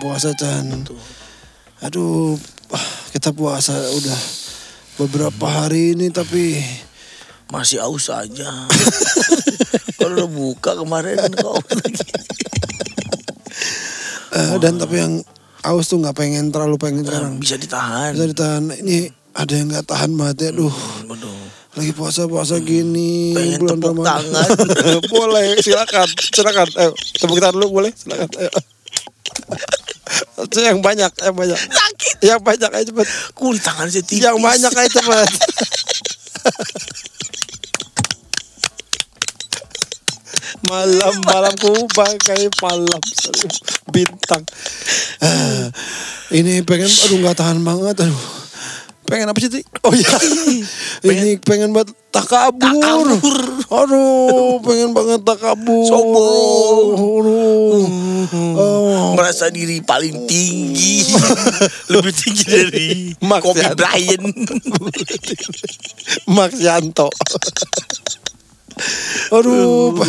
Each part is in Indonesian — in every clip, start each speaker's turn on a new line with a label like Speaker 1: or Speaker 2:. Speaker 1: puasa Chan. Aduh, ah, kita puasa udah beberapa hari ini tapi
Speaker 2: Masih aus aja. Kalau udah buka kemarin kan kau lagi.
Speaker 1: eh, dan tapi yang aus tuh nggak pengen terlalu pengen sekarang.
Speaker 2: Bisa ditahan.
Speaker 1: Bisa ditahan. Ini ada yang nggak tahan banget ya, duh.
Speaker 2: Aduh.
Speaker 1: Lagi puasa puasa gini
Speaker 2: Hmm, Pengen tepuk tangan.
Speaker 1: boleh, silakan, silakan. Ayo, tepuk tangan dulu boleh, silakan. Ayo. Itu yang banyak, yang banyak.
Speaker 2: Sakit.
Speaker 1: Yang banyak aja cepet.
Speaker 2: Kulit tangan saya tipis.
Speaker 1: Yang banyak aja cepet. malam malamku bagai malam seru bintang. Ah, ini pengen, aduh nggak tahan banget, aduh. Pengen apa sih Tri? Oh iya Ini pengen banget takabur
Speaker 2: Takabur.
Speaker 1: Aduh pengen banget takabur
Speaker 2: Sombong.
Speaker 1: Aduh Oh,
Speaker 2: merasa diri paling tinggi lebih tinggi dari
Speaker 1: Max
Speaker 2: Kobe
Speaker 1: Yanto.
Speaker 2: Bryant
Speaker 1: Max Yanto. Aduh, pa-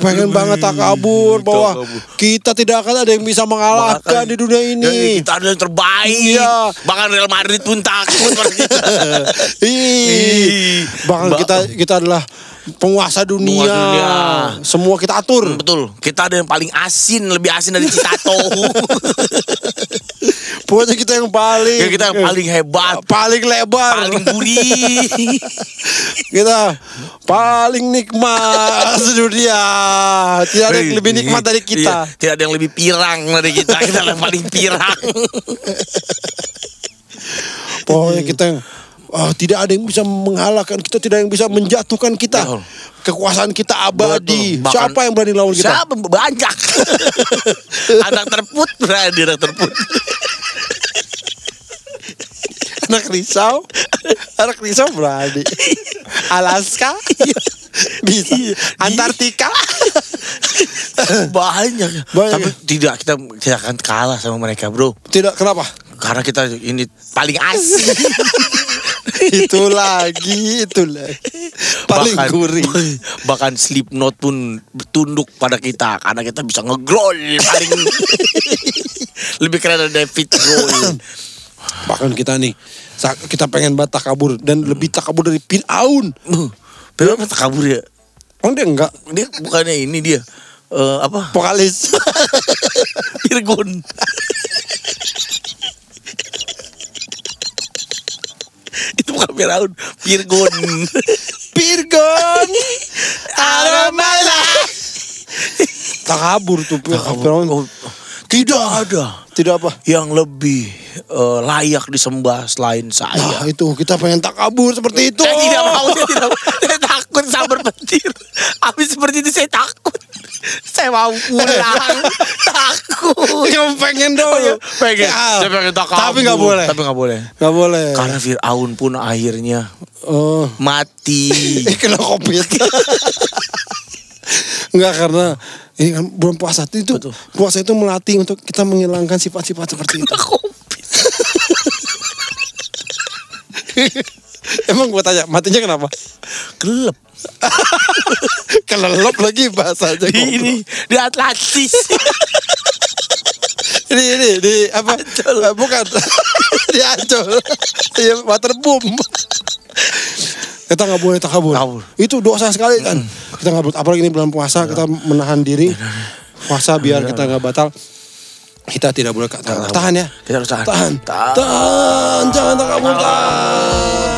Speaker 1: pengen banget takabur bahwa
Speaker 2: Takabur.
Speaker 1: kita tidak akan ada yang bisa mengalahkan di dunia
Speaker 2: Ya,
Speaker 1: ini.
Speaker 2: kita adalah yang terbaik
Speaker 1: Iya.
Speaker 2: bahkan Real Madrid pun takut gitu. sama kita.
Speaker 1: Ih, bahkan
Speaker 2: Ba-
Speaker 1: kita kita adalah penguasa dunia.
Speaker 2: Penguasa dunia. Hmm.
Speaker 1: Semua kita atur.
Speaker 2: betul kita ada yang paling asin lebih asin dari Citato
Speaker 1: Pokoknya kita yang paling
Speaker 2: ya, kita yang paling hebat
Speaker 1: paling lebar.
Speaker 2: paling gurih
Speaker 1: kita paling nikmat sedunia. Tidak ada yang lebih nikmat dari
Speaker 2: Iya,
Speaker 1: kita.
Speaker 2: tidak ada yang lebih pirang dari kita kita yang paling pirang
Speaker 1: Pokoknya kita yang ah, tidak ada yang bisa mengalahkan kita, tidak ada yang bisa menjatuhkan kita.
Speaker 2: Betul.
Speaker 1: Kekuasaan kita abadi.
Speaker 2: Betul. Bahkan-
Speaker 1: Siapa yang berani lawan kita?
Speaker 2: Siapa? Banyak. anak terput berani anak terput.
Speaker 1: Anak risau, anak risau berani. Alaska bisa, Antartika.
Speaker 2: Banyak.
Speaker 1: Banyak.
Speaker 2: Tapi tidak kita tidak akan kalah sama mereka, Bro.
Speaker 1: Tidak kenapa?
Speaker 2: Karena kita ini paling asing.
Speaker 1: Itu lagi, itu lagi. Paling
Speaker 2: Bahkan-
Speaker 1: gurih.
Speaker 2: Bahkan Slipknot pun tunduk pada kita karena kita bisa ngegrol paling lebih keren dari David Grohl.
Speaker 1: Bahkan kita nih, sa- kita pengen banget takabur dan lebih takabur dari Pinaun.
Speaker 2: Belum kata kabur ya.
Speaker 1: Emang dia enggak
Speaker 2: Dia bukannya ini dia eh, apa?
Speaker 1: vokalis.
Speaker 2: Pirgun. itu bukan Firaun, Pirgun.
Speaker 1: Pirgon Aromala Tak kabur tuh Pirgon
Speaker 2: Oh, Tidak ada
Speaker 1: Tidak apa
Speaker 2: yang lebih eh, layak disembah selain saya.
Speaker 1: Nah itu kita pengen tak kabur seperti itu
Speaker 2: Saya Eh, tidak mau, saya tidak mau. Saya takut sabar petir. Habis seperti itu saya takut. Saya mau pulang. takut.
Speaker 1: Cuma pengen dong
Speaker 2: Pengen.
Speaker 1: Ya.
Speaker 2: Saya pengen tak
Speaker 1: Tapi
Speaker 2: kabur.
Speaker 1: gak boleh
Speaker 2: Tapi nggak boleh.
Speaker 1: Gak boleh
Speaker 2: Karena Fir'aun pun akhirnya
Speaker 1: Oh
Speaker 2: mati.
Speaker 1: Ih, Kena covid Enggak karena ini kan bulan puasa itu puasa itu melatih untuk kita menghilangkan sifat-sifat seperti itu. Emang gua tanya matinya kenapa?
Speaker 2: Gelap.
Speaker 1: Kelelep lagi bahasanya.
Speaker 2: Di
Speaker 1: goblok.
Speaker 2: ini di Atlantis.
Speaker 1: ini ini di apa Eh, bukan di ancol iya water boom kita nggak boleh takabur
Speaker 2: Takabur.
Speaker 1: itu dosa sekali kan kita nggak boleh apalagi ini bulan puasa kita menahan diri puasa biar kita nggak batal iya. kita tidak boleh tak- tahan ya
Speaker 2: Kita harus tahan.
Speaker 1: tahan
Speaker 2: Tahan.
Speaker 1: tahan jangan takabur tahan